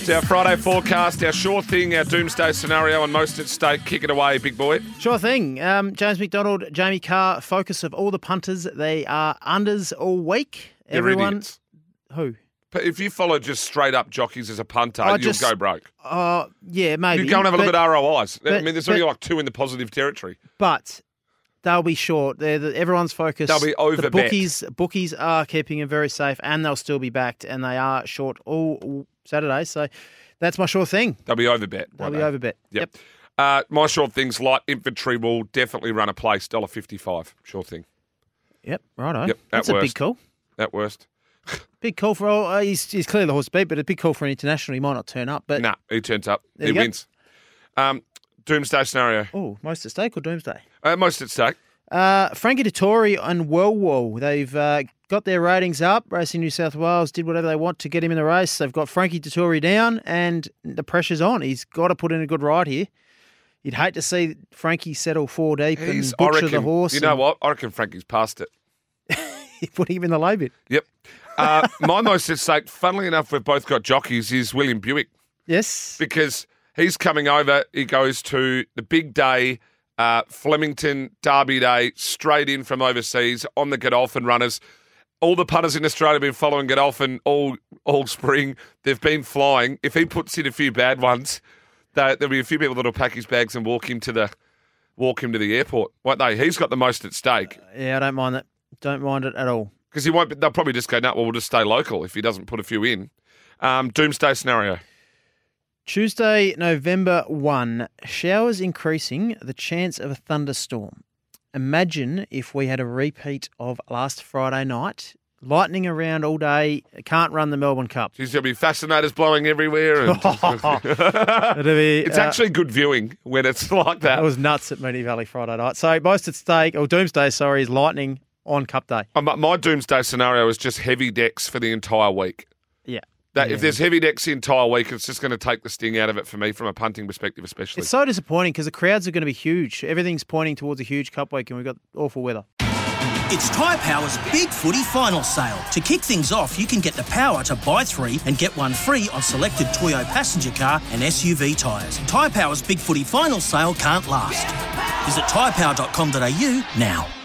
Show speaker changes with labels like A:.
A: It's our Friday forecast, our sure thing, our doomsday scenario, and most at stake. Kick it away, big boy.
B: Sure thing. Um, James McDonald, Jamie Carr, focus of all the punters. They are unders all week.
A: They're
B: Everyone.
A: idiots.
B: Who?
A: But if you follow just straight up jockeys as a punter,
B: I
A: you'll
B: just-
A: go broke.
B: Uh, yeah, maybe.
A: You go and have a look
B: but-
A: at ROIs. I
B: but-
A: mean, there's only
B: but-
A: like two in the positive territory.
B: But they'll be short. They're the, everyone's focused.
A: They'll be
B: The
A: overbet.
B: bookies, bookies are keeping them very safe, and they'll still be backed, and they are short all Saturday. So that's my sure thing.
A: They'll be overbet.
B: They'll
A: won't
B: be
A: they?
B: overbet.
A: Yep. Uh, my sure things, light infantry will definitely run a place, $1.55. Sure thing.
B: Yep. Righto.
A: Yep, at
B: that's a big
A: worst.
B: call.
A: At worst.
B: Big call for all. Uh, he's, he's clearly the horse beat, but a big call for an international. He might not turn up, but
A: Nah, he turns up.
B: There
A: he
B: you go.
A: wins. Um, doomsday scenario.
B: oh, most at stake or doomsday.
A: Uh, most at stake.
B: Uh, Frankie Dettori and Wellwall. They've uh, got their ratings up. Racing New South Wales did whatever they want to get him in the race. They've got Frankie Dettori down, and the pressure's on. He's got to put in a good ride here. You'd hate to see Frankie settle four deep
A: He's,
B: and
A: I
B: butcher
A: reckon,
B: the horse.
A: you know what? I reckon Frankie's past it.
B: and Put him in the low bit.
A: Yep. Uh, my most at stake, funnily enough, we've both got jockeys, is William Buick
B: Yes.
A: because he's coming over. He goes to the big day, uh, Flemington Derby Day, straight in from overseas on the Godolphin runners. All the punters in Australia have been following Godolphin all all spring. They've been flying. If he puts in a few bad ones, there- there'll be a few people that'll pack his bags and walk him to the walk him to the airport, won't they? He's got the most at stake
B: Yeah, I don't mind that. Don't mind it at all.
A: because he won't. Be, they'll probably just go, "No, well, we'll just stay local if he doesn't put a few in." Um, doomsday scenario.
B: Tuesday, November 1. Showers increasing, the chance of a thunderstorm. Imagine if we had a repeat of last Friday night. Lightning around all day, can't run the Melbourne Cup.
A: Geez, there'll be fascinators blowing everywhere. And
B: It'll be,
A: It's
B: uh,
A: actually good viewing when it's like
B: It
A: that.
B: was nuts at Mooney Valley Friday night. So, most at stake, or Doomsday, sorry, is lightning on Cup Day.
A: Um, my- my doomsday scenario is just heavy decks for the entire week.
B: Yeah.
A: That
B: Yeah.
A: if there's heavy decks the entire week, it's just going to take the sting out of it for me from a punting perspective, especially.
B: It's so disappointing because the crowds are going to be huge. Everything's pointing towards a huge Cup week, and we've got awful weather.
C: It's Tyre Power's Big Footy Final Sale. To kick things off, you can get the power to buy three and get one free on selected Toyo passenger car and SUV tyres. Tyre Power's Big Footy Final Sale can't last. Visit tyrepower.com.au now.